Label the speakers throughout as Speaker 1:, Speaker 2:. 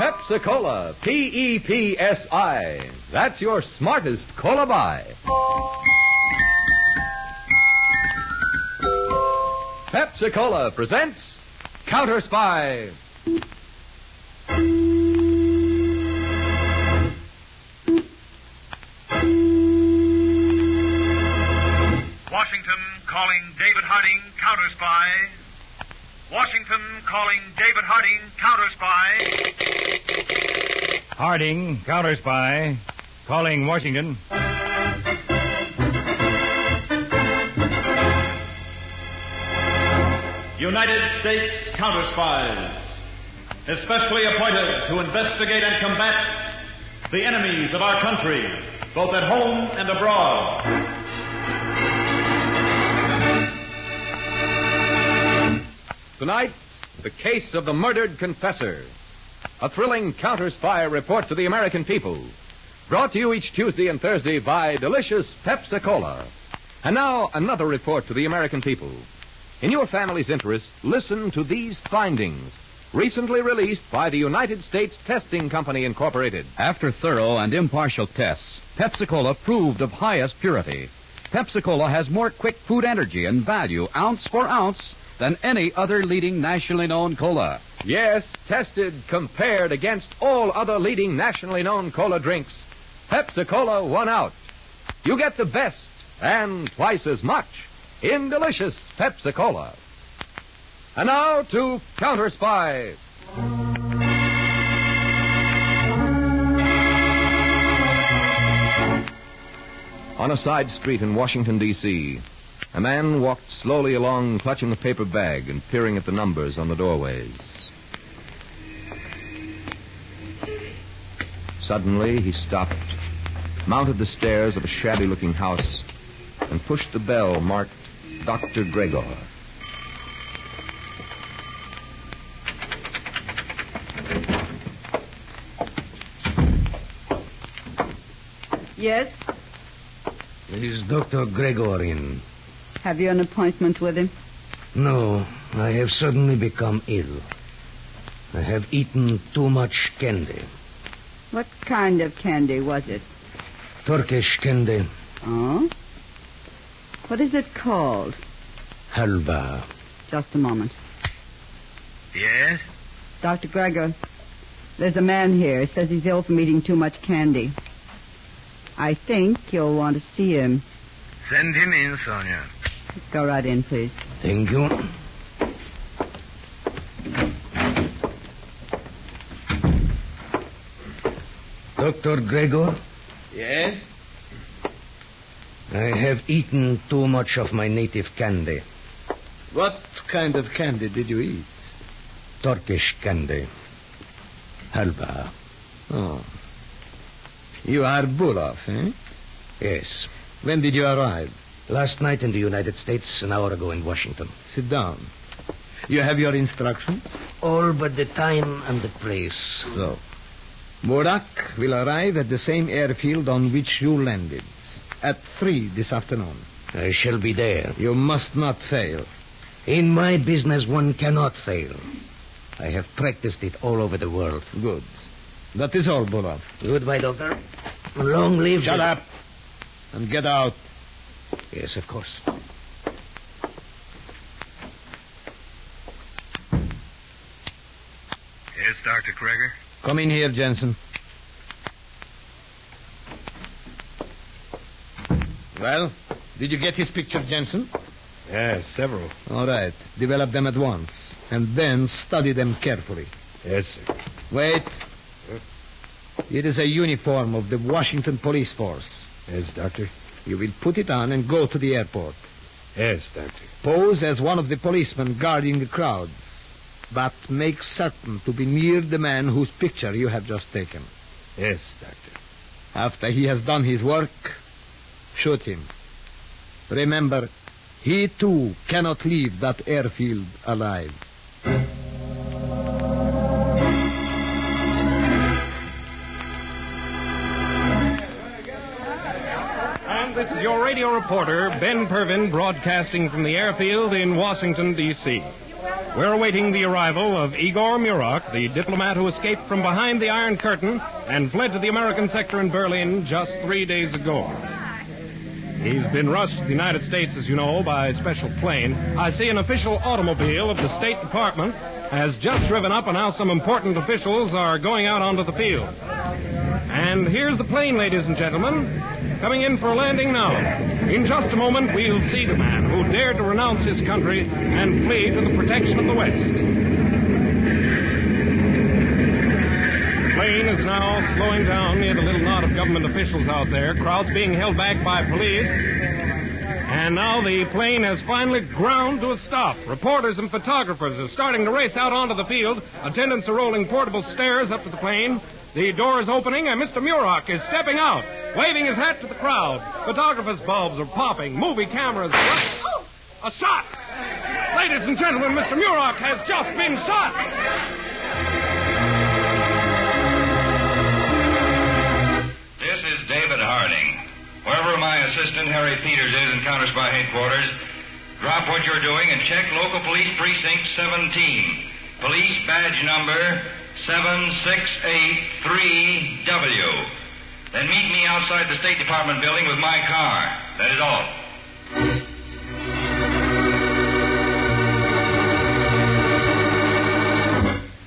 Speaker 1: Pepsi-Cola, E P-E-P-S-I. That's your smartest cola buy. Pepsi-Cola presents Counter Spy.
Speaker 2: Washington calling David Harding counter spy. Washington calling David Harding counter spy.
Speaker 3: Harding, counter spy, calling Washington.
Speaker 4: United States counter spies, especially appointed to investigate and combat the enemies of our country, both at home and abroad.
Speaker 1: Tonight, the case of the murdered confessor. A thrilling counter spy report to the American people. Brought to you each Tuesday and Thursday by delicious Pepsi Cola. And now, another report to the American people. In your family's interest, listen to these findings. Recently released by the United States Testing Company, Incorporated.
Speaker 5: After thorough and impartial tests, Pepsi-Cola proved of highest purity. Pepsi-Cola has more quick food energy and value ounce for ounce than any other leading nationally known cola.
Speaker 1: Yes, tested, compared against all other leading nationally known cola drinks, Pepsi Cola won out. You get the best and twice as much in delicious Pepsi Cola. And now to Counter Spy. On a side street in Washington, D.C., a man walked slowly along, clutching a paper bag and peering at the numbers on the doorways. Suddenly, he stopped, mounted the stairs of a shabby looking house, and pushed the bell marked Dr. Gregor.
Speaker 6: Yes?
Speaker 7: Is Dr. Gregor in?
Speaker 6: Have you an appointment with him?
Speaker 7: No, I have suddenly become ill. I have eaten too much candy.
Speaker 6: What kind of candy was it?
Speaker 7: Turkish candy,
Speaker 6: Oh? What is it called?
Speaker 7: halva.
Speaker 6: Just a moment.
Speaker 2: Yes?
Speaker 6: Dr. Gregor, there's a man here. Says he's ill from eating too much candy. I think you'll want to see him.
Speaker 2: Send him in, Sonia.
Speaker 6: Go right in, please.
Speaker 7: Thank you. Dr. Gregor,
Speaker 2: Yes?
Speaker 7: I have eaten too much of my native candy,
Speaker 2: What kind of candy did you eat?
Speaker 7: Turkish candy. Halva.
Speaker 2: Oh. You are Bulov, eh?
Speaker 7: Yes.
Speaker 2: When did you arrive?
Speaker 7: Last night in the United States, an hour ago in Washington.
Speaker 2: Sit down. You have your instructions?
Speaker 7: All but the time and the place.
Speaker 2: So. Murak will arrive at the same airfield on which you landed. At three this afternoon.
Speaker 7: I shall be there.
Speaker 2: You must not fail.
Speaker 7: In my business, one cannot fail. I have practiced it all over the world.
Speaker 2: Good. That is all, Bulov.
Speaker 7: Goodbye, Doctor. Long live.
Speaker 2: Shut
Speaker 7: the-
Speaker 2: up and get out.
Speaker 7: Yes, of course.
Speaker 2: Yes, Dr. Kreger. Come in here, Jensen. Well, did you get his picture, Jensen?
Speaker 3: Yes, several.
Speaker 2: All right. Develop them at once, and then study them carefully.
Speaker 3: Yes, sir.
Speaker 2: Wait. It is a uniform of the Washington Police Force.
Speaker 3: Yes, doctor.
Speaker 2: You will put it on and go to the airport.
Speaker 3: Yes, doctor.
Speaker 2: Pose as one of the policemen guarding the crowds, but make certain to be near the man whose picture you have just taken.
Speaker 3: Yes, doctor.
Speaker 2: After he has done his work, shoot him. Remember, he too cannot leave that airfield alive.
Speaker 3: And this is your radio reporter, Ben Pervin, broadcasting from the airfield in Washington, D.C.
Speaker 2: We're awaiting the arrival of Igor Murak, the diplomat who escaped from behind the Iron Curtain and fled to the American sector in Berlin just three days ago. He's been rushed to the United States, as you know, by special plane. I see an official automobile of the State Department has just driven up, and now some important officials are going out onto the field. And here's the plane, ladies and gentlemen, coming in for a landing now. In just a moment, we'll see the man who dared to renounce his country and flee to the protection of the West. plane is now slowing down near the little knot of government officials out there, crowds being held back by police. And now the plane has finally ground to a stop. Reporters and photographers are starting to race out onto the field. Attendants are rolling portable stairs up to the plane. The door is opening, and Mr. Murock is stepping out, waving his hat to the crowd. Photographers' bulbs are popping. Movie cameras. A shot! Ladies and gentlemen, Mr. Murock has just been shot!
Speaker 3: This is David Harding. Wherever my assistant Harry Peters is in Counter Spy headquarters, drop what you're doing and check local police precinct 17. Police badge number 7683W. Then meet me outside the State Department building with my car. That is all.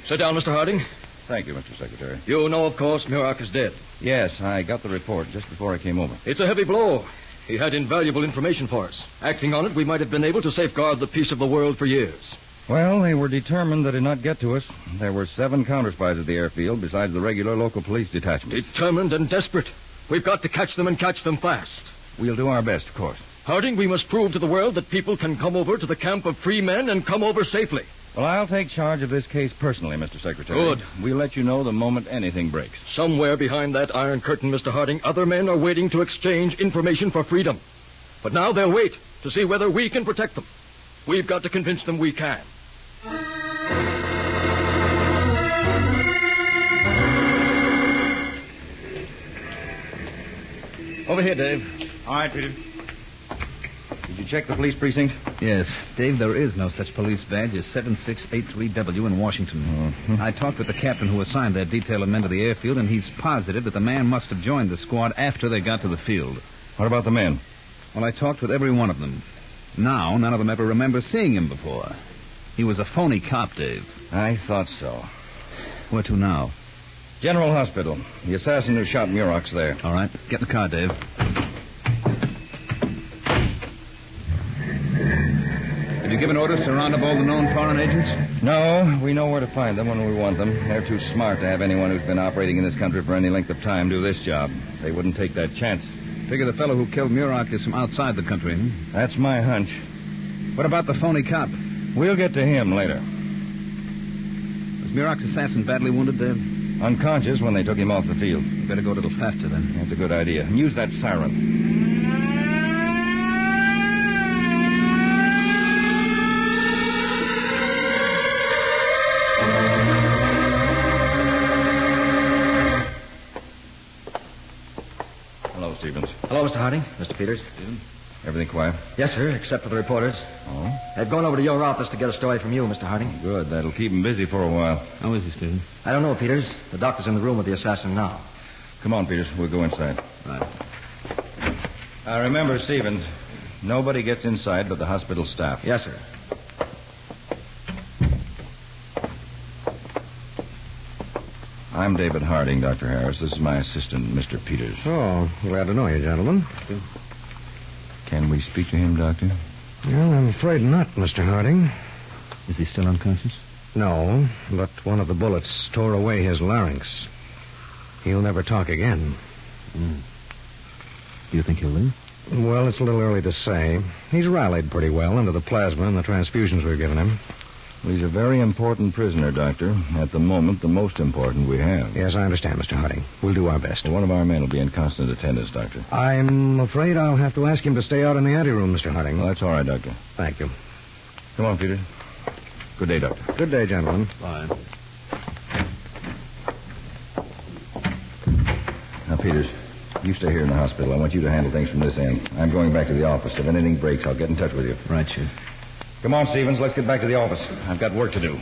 Speaker 8: Sit down, Mr. Harding.
Speaker 5: Thank you, Mr. Secretary.
Speaker 8: You know, of course, Murak is dead.
Speaker 5: Yes, I got the report just before I came over.
Speaker 8: It's a heavy blow. He had invaluable information for us. Acting on it, we might have been able to safeguard the peace of the world for years.
Speaker 5: Well, they were determined they did not get to us. There were seven counterspies at the airfield besides the regular local police detachment.
Speaker 8: Determined and desperate. We've got to catch them and catch them fast.
Speaker 5: We'll do our best, of course.
Speaker 8: Harding, we must prove to the world that people can come over to the camp of free men and come over safely.
Speaker 5: Well, I'll take charge of this case personally, Mr. Secretary.
Speaker 8: Good.
Speaker 5: We'll let you know the moment anything breaks.
Speaker 8: Somewhere behind that iron curtain, Mr. Harding, other men are waiting to exchange information for freedom. But now they'll wait to see whether we can protect them. We've got to convince them we can.
Speaker 5: Over here, Dave.
Speaker 9: All right, Peter.
Speaker 5: Did you check the police precinct?
Speaker 10: Yes, Dave, there is no such police badge as 7683W in Washington.
Speaker 5: Mm-hmm.
Speaker 10: I talked with the captain who assigned that detail of men to the airfield, and he's positive that the man must have joined the squad after they got to the field.
Speaker 5: What about the men?
Speaker 10: Well, I talked with every one of them. Now, none of them ever remember seeing him before. He was a phony cop, Dave.
Speaker 5: I thought so.
Speaker 10: Where to now?
Speaker 5: General Hospital. The assassin who shot Murock's there.
Speaker 10: All right, get in the car, Dave. Have you given orders to round up all the known foreign agents?
Speaker 5: No, we know where to find them when we want them. They're too smart to have anyone who's been operating in this country for any length of time do this job. They wouldn't take that chance.
Speaker 10: Figure the fellow who killed Muroc is from outside the country. Hmm?
Speaker 5: That's my hunch.
Speaker 10: What about the phony cop?
Speaker 5: We'll get to him later.
Speaker 10: Was Muroc's assassin badly wounded, Dave?
Speaker 5: Unconscious when they took him off the field.
Speaker 10: You better go a little faster then.
Speaker 5: That's a good idea. Use that siren. Hello, Stevens.
Speaker 11: Hello, Mr. Harding. Mr. Peters.
Speaker 5: Everything quiet?
Speaker 11: Yes, sir, except for the reporters.
Speaker 5: Oh,
Speaker 11: They've gone over to your office to get a story from you, Mr. Harding.
Speaker 5: good. That'll keep him busy for a while.
Speaker 10: How is he, Stephen?
Speaker 11: I don't know, Peters. The doctor's in the room with the assassin now.
Speaker 5: Come on, Peters. We'll go inside.
Speaker 10: Right.
Speaker 5: Uh, remember, Stevens, nobody gets inside but the hospital staff.
Speaker 11: Yes, sir.
Speaker 5: I'm David Harding, Dr. Harris. This is my assistant, Mr. Peters.
Speaker 12: Oh, glad to know you, gentlemen.
Speaker 5: Can we speak to him, Doctor?
Speaker 12: Well, I'm afraid not, Mr. Harding.
Speaker 10: Is he still unconscious?
Speaker 12: No, but one of the bullets tore away his larynx. He'll never talk again.
Speaker 10: Do Mm. you think he'll live?
Speaker 12: Well, it's a little early to say. He's rallied pretty well under the plasma and the transfusions we've given him.
Speaker 5: Well, he's a very important prisoner, Doctor. At the moment, the most important we have.
Speaker 12: Yes, I understand, Mr. Harding. We'll do our best.
Speaker 5: Well, one of our men will be in constant attendance, Doctor.
Speaker 12: I'm afraid I'll have to ask him to stay out in the anteroom, Mr. Harding.
Speaker 5: Well, that's all right, Doctor.
Speaker 12: Thank you.
Speaker 5: Come on, Peters. Good day, Doctor.
Speaker 12: Good day, gentlemen.
Speaker 10: Fine.
Speaker 5: Now, Peters, you stay here in the hospital. I want you to handle things from this end. I'm going back to the office. If anything breaks, I'll get in touch with you.
Speaker 10: Right, Chief.
Speaker 13: Come on, Stevens. Let's get back to the office. I've got work to do.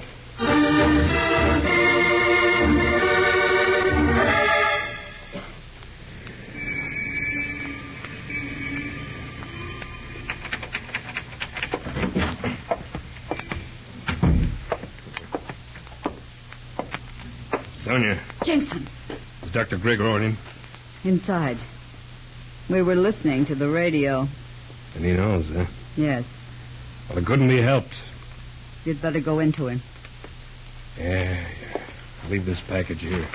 Speaker 3: Sonia,
Speaker 6: Jensen,
Speaker 3: is Dr. Gregor in?
Speaker 6: inside. We were listening to the radio.
Speaker 3: And he knows, huh?
Speaker 6: Yes,
Speaker 3: Well, it couldn't be helped.
Speaker 6: you'd better go into him.
Speaker 3: Yeah, yeah. I'll leave this package here.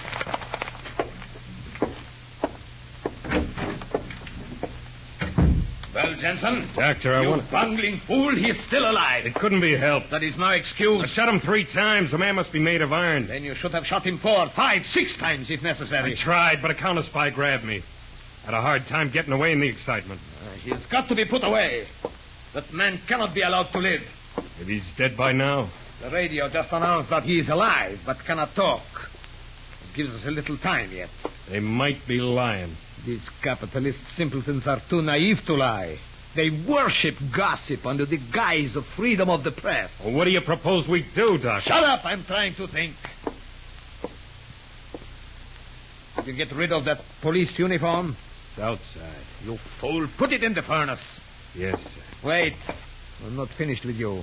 Speaker 14: Well, Jensen.
Speaker 3: Doctor, I
Speaker 14: you
Speaker 3: want-
Speaker 14: bungling fool, he's still alive.
Speaker 3: It couldn't be helped.
Speaker 14: That is no excuse.
Speaker 3: I shot him three times. The man must be made of iron.
Speaker 14: Then you should have shot him four, five, six times if necessary.
Speaker 3: I tried, but a counter spy grabbed me. Had a hard time getting away in the excitement.
Speaker 14: He's got to be put away. That man cannot be allowed to live.
Speaker 3: If he's dead by now.
Speaker 14: The radio just announced that he is alive, but cannot talk. It gives us a little time yet.
Speaker 3: They might be lying.
Speaker 15: These capitalist simpletons are too naive to lie. They worship gossip under the guise of freedom of the press.
Speaker 3: Well, what do you propose we do, Doctor?
Speaker 14: Shut up! I'm trying to think. Did you get rid of that
Speaker 15: Police uniform?
Speaker 3: It's outside.
Speaker 14: You fool. Put it in the furnace.
Speaker 3: Yes, sir.
Speaker 14: Wait.
Speaker 15: I'm not finished with you.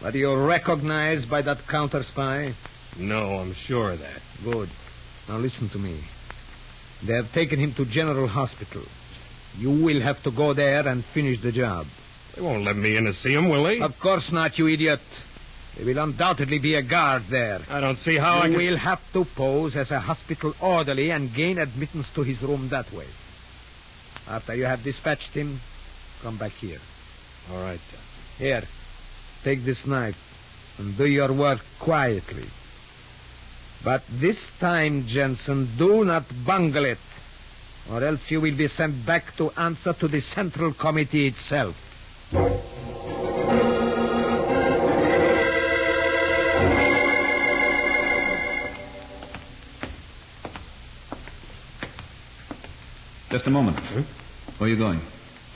Speaker 15: But you're recognized by that counter spy?
Speaker 3: No, I'm sure of that.
Speaker 15: Good. Now listen to me. They have taken him to General Hospital. You will have to go there and finish the job.
Speaker 3: They won't let me in to see him, will they?
Speaker 15: Of course not, you idiot. There will undoubtedly be a guard there.
Speaker 3: I don't see how I
Speaker 15: you
Speaker 3: can...
Speaker 15: will have to pose as a hospital orderly and gain admittance to his room that way. After you have dispatched him, come back here.
Speaker 3: All right, Doctor.
Speaker 15: Here, take this knife and do your work quietly. But this time, Jensen, do not bungle it, or else you will be sent back to answer to the Central Committee itself.
Speaker 2: Just a moment. Where are you going?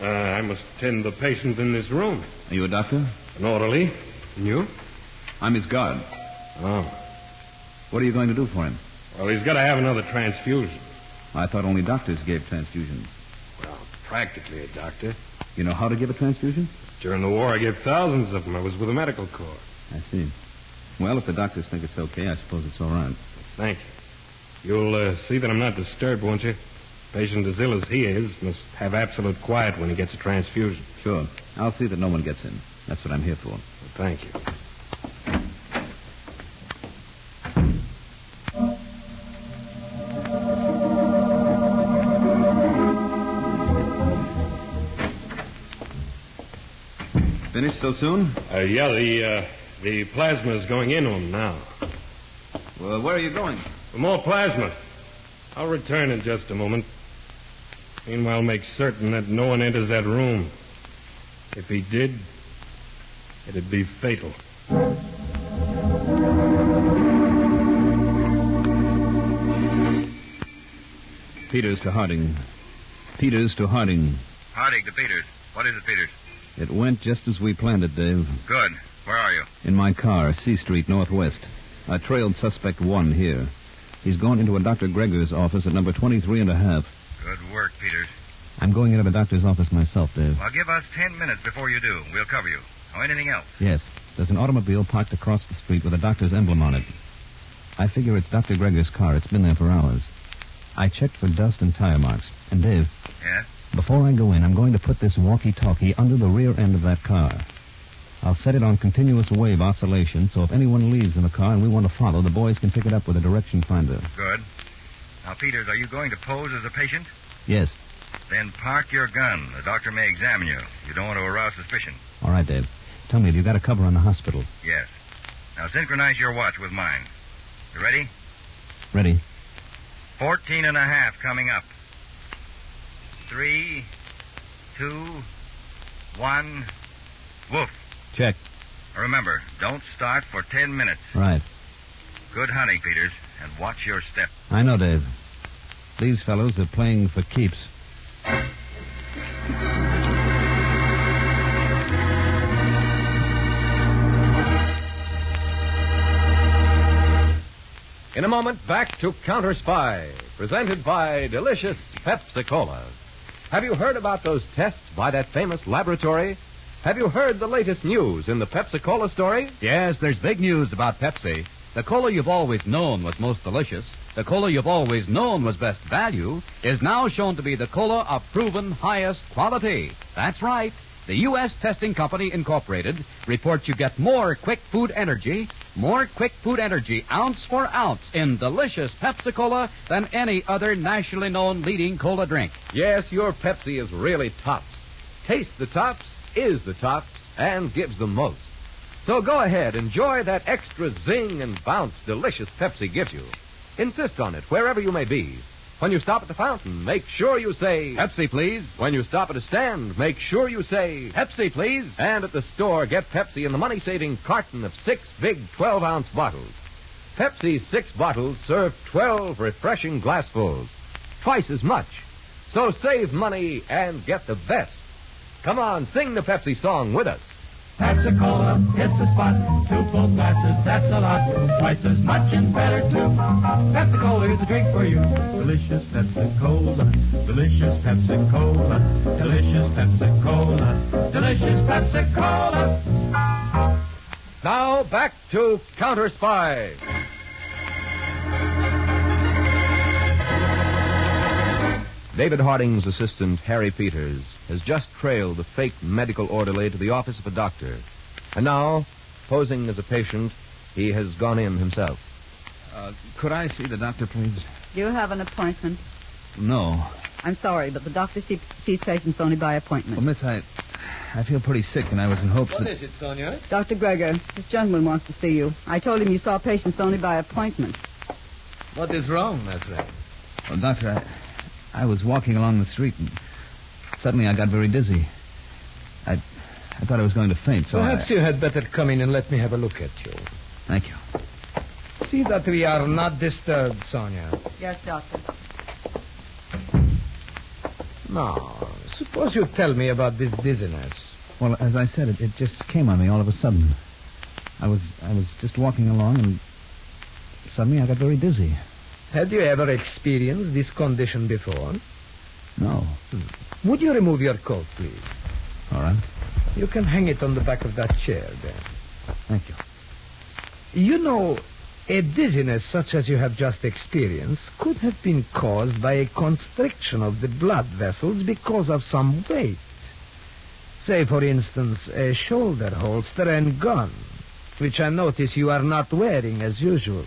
Speaker 3: Uh, I must tend the patient in this room.
Speaker 2: Are you a doctor?
Speaker 3: An orderly. And you?
Speaker 2: I'm his guard.
Speaker 3: Oh.
Speaker 2: What are you going to do for him?
Speaker 3: Well, he's got to have another transfusion.
Speaker 2: I thought only doctors gave transfusions.
Speaker 3: Well, practically a doctor.
Speaker 2: You know how to give a transfusion?
Speaker 3: During the war, I gave thousands of them. I was with the medical corps.
Speaker 2: I see. Well, if the doctors think it's okay, I suppose it's all right.
Speaker 3: Thank you. You'll uh, see that I'm not disturbed, won't you? Patient as ill as he is must have absolute quiet when he gets a transfusion.
Speaker 2: Sure. I'll see that no one gets in. That's what I'm here for.
Speaker 3: Thank you.
Speaker 2: Finished so soon?
Speaker 3: Uh, yeah, the uh, the plasma is going in on him now.
Speaker 2: Well, where are you going?
Speaker 3: For more plasma. I'll return in just a moment. Meanwhile, make certain that no one enters that room. If he did, it'd be fatal.
Speaker 2: Peters to Harding. Peters to Harding.
Speaker 5: Harding to Peters. What is it, Peters?
Speaker 2: It went just as we planned it, Dave.
Speaker 5: Good. Where are you?
Speaker 2: In my car, C Street, Northwest. I trailed suspect one here. He's gone into a Dr. Gregor's office at number 23 and a half.
Speaker 5: Good work, Peters.
Speaker 2: I'm going into the doctor's office myself, Dave.
Speaker 5: Well, give us ten minutes before you do. We'll cover you. Oh, anything else?
Speaker 2: Yes. There's an automobile parked across the street with a doctor's emblem on it. I figure it's Dr. Gregor's car. It's been there for hours. I checked for dust and tire marks. And, Dave,
Speaker 5: Yes?
Speaker 2: before I go in, I'm going to put this walkie talkie under the rear end of that car. I'll set it on continuous wave oscillation so if anyone leaves in the car and we want to follow, the boys can pick it up with a direction finder.
Speaker 5: Good. Now, Peters, are you going to pose as a patient?
Speaker 2: Yes.
Speaker 5: Then park your gun. The doctor may examine you. You don't want to arouse suspicion.
Speaker 2: All right, Dave. Tell me, have you got a cover on the hospital?
Speaker 5: Yes. Now, synchronize your watch with mine. You ready?
Speaker 2: Ready?
Speaker 5: Fourteen and a half coming up. Three, two, one, woof.
Speaker 2: Check.
Speaker 5: Remember, don't start for ten minutes.
Speaker 2: Right.
Speaker 5: Good hunting, Peters, and watch your step.
Speaker 2: I know, Dave. These fellows are playing for keeps.
Speaker 1: In a moment, back to Counter Spy, presented by delicious Pepsi Cola. Have you heard about those tests by that famous laboratory? Have you heard the latest news in the Pepsi Cola story?
Speaker 5: Yes, there's big news about Pepsi. The cola you've always known was most delicious, the cola you've always known was best value, is now shown to be the cola of proven highest quality. That's right. The U.S. Testing Company Incorporated reports you get more quick food energy, more quick food energy ounce for ounce in delicious Pepsi Cola than any other nationally known leading cola drink.
Speaker 1: Yes, your Pepsi is really tops. Tastes the tops, is the tops, and gives the most. So go ahead, enjoy that extra zing and bounce delicious Pepsi gives you. Insist on it wherever you may be. When you stop at the fountain, make sure you say
Speaker 5: Pepsi, please.
Speaker 1: When you stop at a stand, make sure you say
Speaker 5: Pepsi, please.
Speaker 1: And at the store, get Pepsi in the money saving carton of six big 12 ounce bottles. Pepsi's six bottles serve 12 refreshing glassfuls, twice as much. So save money and get the best. Come on, sing the Pepsi song with us.
Speaker 16: Pepsi Cola hits the spot. Two full glasses, that's a lot. Twice as much and better too. Pepsi Cola is a drink for you. Delicious Pepsi Cola, delicious Pepsi Cola, delicious Pepsi Cola, delicious Pepsi Cola.
Speaker 1: Now back to Counter Spy. David Harding's assistant, Harry Peters, has just trailed the fake medical orderly to the office of a doctor. And now, posing as a patient, he has gone in himself.
Speaker 17: Uh, could I see the doctor, please?
Speaker 6: Do you have an appointment?
Speaker 17: No.
Speaker 6: I'm sorry, but the doctor see- sees patients only by appointment.
Speaker 17: Well, Miss, I, I feel pretty sick, and I was in hopes that...
Speaker 2: it, Sonia?
Speaker 6: Dr. Greger, this gentleman wants to see you. I told him you saw patients only by appointment.
Speaker 2: What is wrong, my friend?
Speaker 17: Well, doctor, I, I was walking along the street, and suddenly I got very dizzy. I, I thought I was going to faint, so
Speaker 2: Perhaps
Speaker 17: I...
Speaker 2: you had better come in and let me have a look at you.
Speaker 17: Thank you.
Speaker 2: See that we are not disturbed, Sonia.
Speaker 6: Yes, doctor.
Speaker 2: Now, suppose you tell me about this dizziness.
Speaker 17: Well, as I said, it, it just came on me all of a sudden. I was I was just walking along, and suddenly I got very dizzy.
Speaker 2: Had you ever experienced this condition before? Hmm.
Speaker 17: No.
Speaker 2: Would you remove your coat, please?
Speaker 17: All right.
Speaker 2: You can hang it on the back of that chair there.
Speaker 17: Thank you.
Speaker 2: You know, a dizziness such as you have just experienced could have been caused by a constriction of the blood vessels because of some weight. Say, for instance, a shoulder holster and gun, which I notice you are not wearing as usual.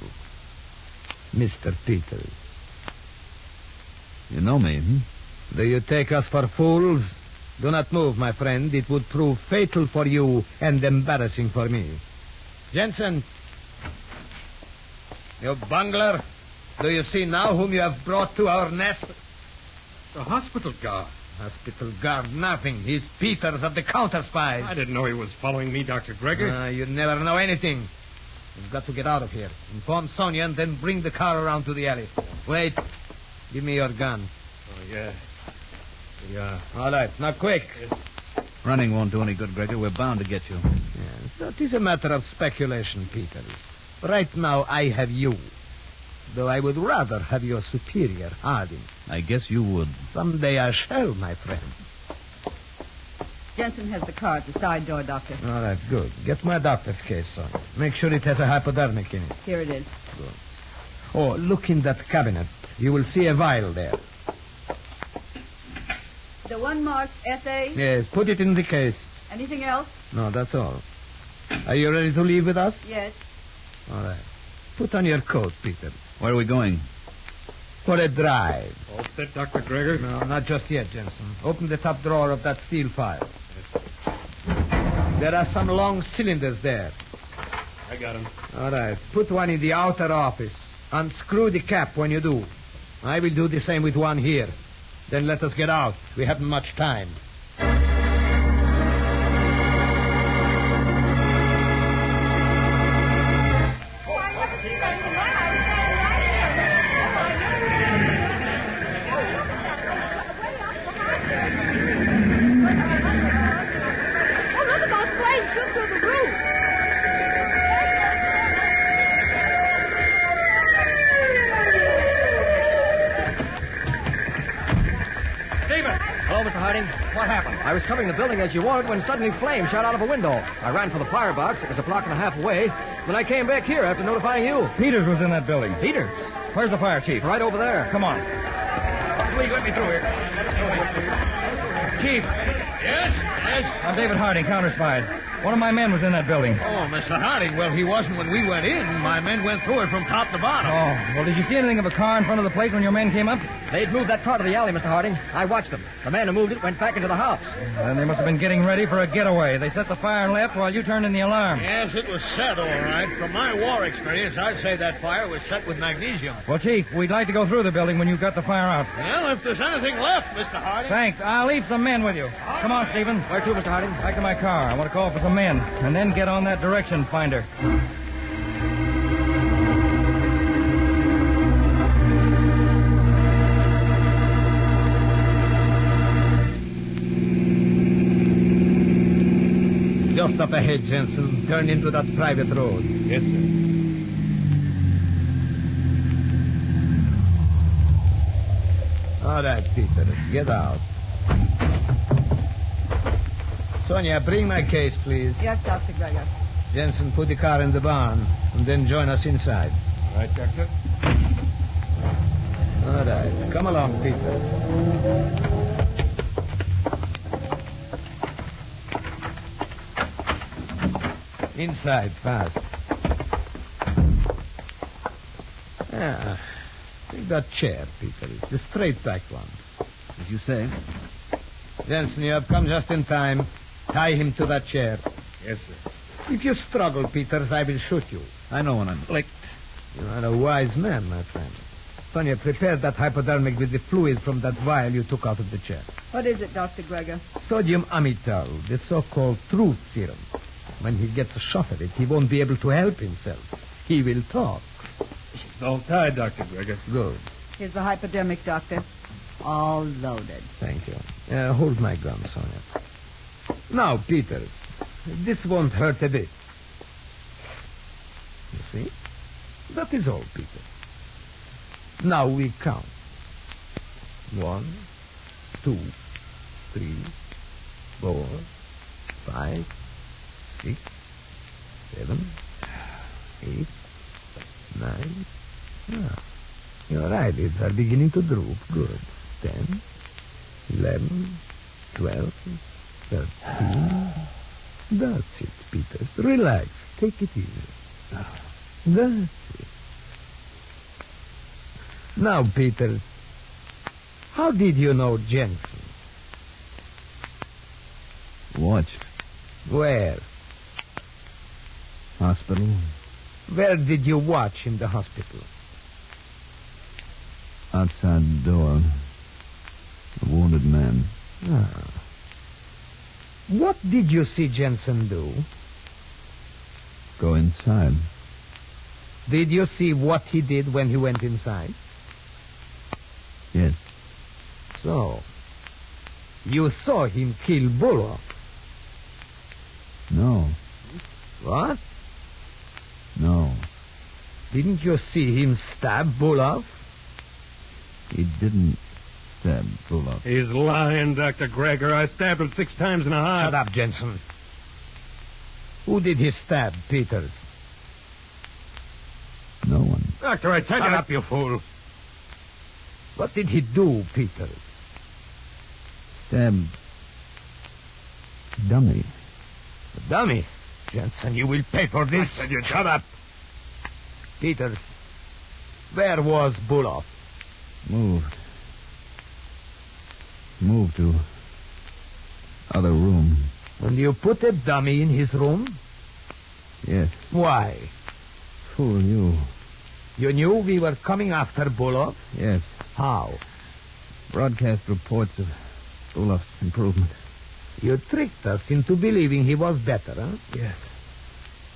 Speaker 2: Mr. Peters,
Speaker 17: You know me, hmm?
Speaker 2: do you take us for fools? Do not move, my friend. It would prove fatal for you and embarrassing for me. Jensen! You bungler! Do you see now whom you have brought to our nest? The hospital guard. Hospital guard, nothing. He's Peters of the counter spies.
Speaker 3: I didn't know he was following me, Dr. Greger.
Speaker 2: Ah, you never know anything. We've got to get out of here. Inform Sonia and then bring the car around to the alley. Wait. Give me your gun.
Speaker 3: oh, yeah.
Speaker 2: Yeah. All right. Now, quick.
Speaker 17: Running won't do any good, Gregor. We're bound to get you.
Speaker 2: Yes, that is a matter of speculation, Peters. Right now, I have you. Though I would rather have your superior, Harding.
Speaker 17: I guess you would.
Speaker 2: Someday I shall, my friend.
Speaker 6: Jensen has the car at the side door, doctor.
Speaker 2: All right, good. Get my doctor's case, son. Make sure it has a hypodermic in it.
Speaker 6: Here it is.
Speaker 2: Oh, look in that cabinet. You will see a vial there.
Speaker 6: The one marked SA.
Speaker 2: Yes, put it in the case.
Speaker 6: Anything else?
Speaker 2: No, that's all. Are you ready to leave with us?
Speaker 6: Yes.
Speaker 2: All right. Put on your coat, Peters.
Speaker 17: Where are we going?
Speaker 2: For a drive.
Speaker 3: All set, Dr. Greger?
Speaker 2: No, not just yet, Jensen. Open the top drawer of that steel file. There are some long cylinders there.
Speaker 3: I got him.
Speaker 2: All right. Put one in the outer office. Unscrew the cap when you do. I will do the same with one here. Then let us get out. We haven't much time.
Speaker 18: Oh, look at those planes shoot through the roof.
Speaker 19: I was covering the building as you wanted when suddenly flames shot out of a window. I ran for the firebox. It was a block and a half away. Then I came back here after notifying you.
Speaker 20: Peters was in that building.
Speaker 19: Peters?
Speaker 20: Where's the fire chief?
Speaker 19: Right over there.
Speaker 20: Come on.
Speaker 19: Please let me through here.
Speaker 20: Chief.
Speaker 21: Yes, yes.
Speaker 20: I'm David Harding, counter spied. One of my men was in that building.
Speaker 21: Oh, Mr. Harding. Well, he wasn't when we went in. My men went through it from top to bottom.
Speaker 20: Oh, well, did you see anything of a car in front of the place when your men came up?
Speaker 19: They'd moved that car to the alley, Mr. Harding. I watched them. The man who moved it went back into the house.
Speaker 20: Then they must have been getting ready for a getaway. They set the fire and left while you turned in the alarm.
Speaker 21: Yes, it was set, all right. From my war experience, I'd say that fire was set with magnesium.
Speaker 20: Well, Chief, we'd like to go through the building when you got the fire out.
Speaker 21: Well, if there's anything left, Mr. Harding.
Speaker 20: Thanks. I'll leave some men with you. Come on, Stephen.
Speaker 19: Where to, Mr. Harding?
Speaker 20: Back to my car. I want to call for some men, and then get on that direction finder.
Speaker 2: Just up ahead, Jensen. Turn into that private road.
Speaker 3: Yes, sir.
Speaker 2: All right, Peter. Get out. Sonia, bring my case, please.
Speaker 6: Yes, Dr. Gregor.
Speaker 2: Jensen, put the car in the barn and then join us inside.
Speaker 3: Right, Doctor?
Speaker 2: All right. Come along, Peter. Inside, fast. Yeah. Ah, Take that chair, Peter. It's the straight back one.
Speaker 17: As you say.
Speaker 2: Jensen, you have come just in time. Tie him to that chair.
Speaker 3: Yes, sir.
Speaker 2: If you struggle, Peters, I will shoot you.
Speaker 17: I know when I'm licked.
Speaker 2: You are a wise man, my friend. Sonia, prepare that hypodermic with the fluid from that vial you took out of the chair.
Speaker 6: What is it, Dr. Gregor?
Speaker 2: Sodium amytal, the so-called truth serum. When he gets a shot at it, he won't be able to help himself. He will talk.
Speaker 3: She's all tied, Dr. Gregor.
Speaker 2: Good.
Speaker 6: Here's the hypodermic, Doctor. All loaded.
Speaker 2: Thank you. Uh, hold my gun, Sonia. Now, Peter, this won't hurt a bit. You see? That is all, Peter. Now we count. One, two, three, four, five, six, seven, eight, nine. Ah, your eyelids are beginning to droop. Good. Ten, eleven, twelve, thirteen. That's it, Peters. Relax. Take it easy. That's it. Now, Peters, how did you know Jensen?
Speaker 17: Watched.
Speaker 2: Where?
Speaker 17: Hospital.
Speaker 2: Where did you watch in the hospital?
Speaker 17: Outside door. A wounded man.
Speaker 2: Ah. What did you see Jensen do?
Speaker 17: Go inside.
Speaker 2: Did you see what he did when he went inside?
Speaker 17: Yes.
Speaker 2: So, you saw him kill Bullock?
Speaker 17: No.
Speaker 2: What?
Speaker 17: No.
Speaker 2: Didn't you see him stab Bullock?
Speaker 17: He didn't stab Bullock.
Speaker 3: He's lying, Dr. Gregor. I stabbed him six times in the heart.
Speaker 2: Shut up, Jensen. Who did he stab, Peters?
Speaker 17: No one.
Speaker 3: Doctor, I tell
Speaker 2: Shut
Speaker 3: you.
Speaker 2: up, you fool. What did he do, Peters?
Speaker 17: Stabbed. Dummy.
Speaker 2: Dummy. Jensen, you will pay for this.
Speaker 3: I said you shut up.
Speaker 2: Peters, where was Bullock?
Speaker 17: Moved. Moved to other room.
Speaker 2: And you put a dummy in his room?
Speaker 17: Yes.
Speaker 2: Why?
Speaker 17: Fool you.
Speaker 2: You knew we were coming after Bullock?
Speaker 17: Yes.
Speaker 2: How?
Speaker 17: Broadcast reports of Olaf's improvement.
Speaker 2: You tricked us into believing he was better, huh?
Speaker 17: Yes.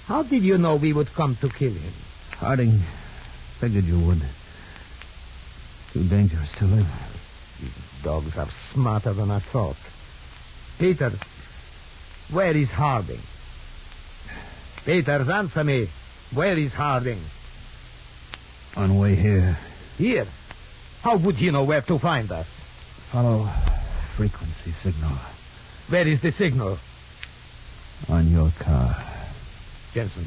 Speaker 2: How did you know we would come to kill him?
Speaker 17: Harding, figured you would. Too dangerous to live.
Speaker 2: These dogs are smarter than I thought. Peters, where is Harding? Peters, answer me. Where is Harding?
Speaker 17: On way here,
Speaker 2: Here. How would he know where to find us?
Speaker 17: follow frequency signal.
Speaker 2: Where is the signal?
Speaker 5: On your car.
Speaker 2: Jensen,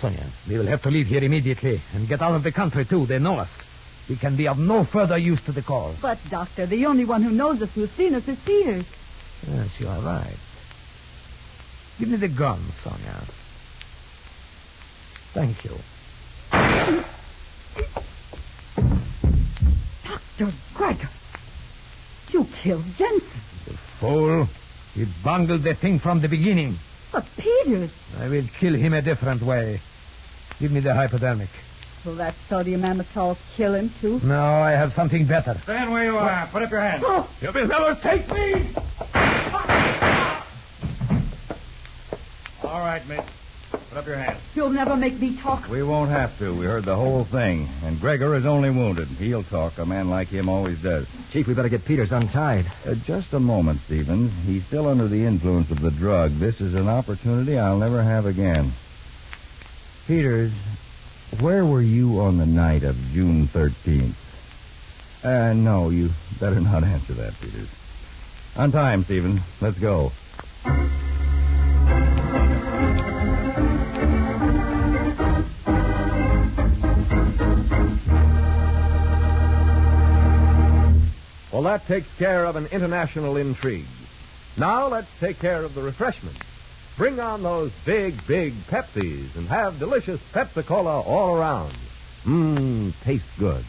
Speaker 2: Sonia, we will have to leave here immediately and get out of the country, too. They know us. We can be of no further use to the cause.
Speaker 6: But, Doctor, the only one who knows us who's seen us is Peters.
Speaker 2: Yes, you are right. Give me the gun, Sonia. Thank you.
Speaker 6: Dr. Gregor, you killed Jensen.
Speaker 2: Fool. He bungled the thing from the beginning.
Speaker 6: But Peters,
Speaker 2: I will kill him a different way. Give me the hypodermic.
Speaker 6: will that sodium amytal kill him, too?
Speaker 2: No, I have something better.
Speaker 22: Stand where you are. Put up your hand.
Speaker 6: Oh.
Speaker 22: You'll be able to take me.
Speaker 2: Ah.
Speaker 23: All right, Mitch. Put up your hand.
Speaker 6: You'll never make me talk.
Speaker 5: We won't have to. We heard the whole thing. And Gregor is only wounded. He'll talk. A man like him always does. Chief, we better get Peters untied. just a moment, Stevens. He's still under the influence of the drug. This is an opportunity I'll never have again. Peters, where were you on the night of June 13th? Uh, no, you better not answer that, Peters. On time, Stevens. Let's go.
Speaker 3: Well, that takes care of an international intrigue. Now let's take care of the refreshments. Bring on those big, big Pepsis and have delicious Pepsi Cola all around. Mmm, tastes good.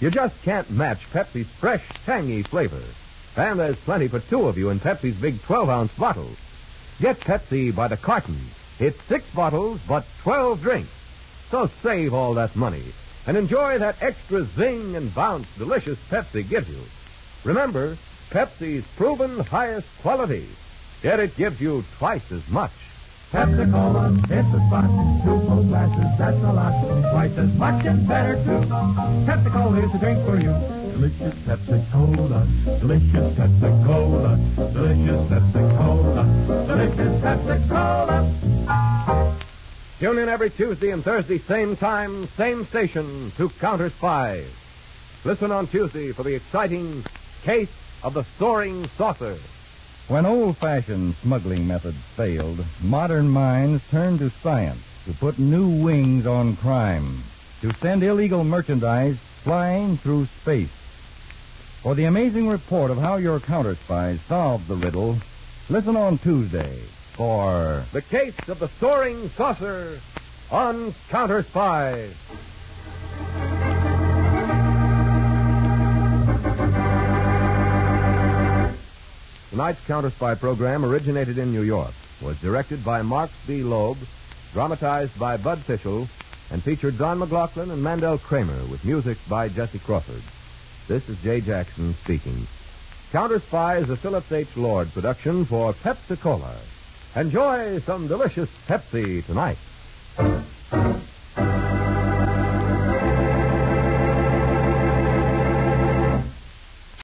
Speaker 3: You just can't match Pepsi's fresh, tangy flavor. And there's plenty for two of you in Pepsi's big 12 ounce bottle. Get Pepsi by the carton. It's six bottles, but 12 drinks. So save all that money and enjoy that extra zing and bounce delicious Pepsi gives you. Remember, Pepsi's proven highest quality, yet it gives you twice as much.
Speaker 24: Pepsi Cola, it's a spot. Two full glasses, that's a lot. Twice as much and better too. Pepsi Cola is a drink for you. Delicious Pepsi Cola, delicious Pepsi Cola, delicious Pepsi Cola, delicious Pepsi Cola.
Speaker 3: Tune in every Tuesday and Thursday, same time, same station, to Counters 5. Listen on Tuesday for the exciting Case of the Soaring Saucer.
Speaker 5: When old fashioned smuggling methods failed, modern minds turned to science to put new wings on crime, to send illegal merchandise flying through space. For the amazing report of how your counter spies solved the riddle, listen on Tuesday for
Speaker 3: The Case of the Soaring Saucer on Counters 5. Tonight's Counter Spy program originated in New York, was directed by Mark B. Loeb, dramatized by Bud Fischel, and featured Don McLaughlin and Mandel Kramer with music by Jesse Crawford. This is Jay Jackson speaking. Counter Spy is a Phillips H. Lord production for Pepsi Cola. Enjoy some delicious Pepsi tonight.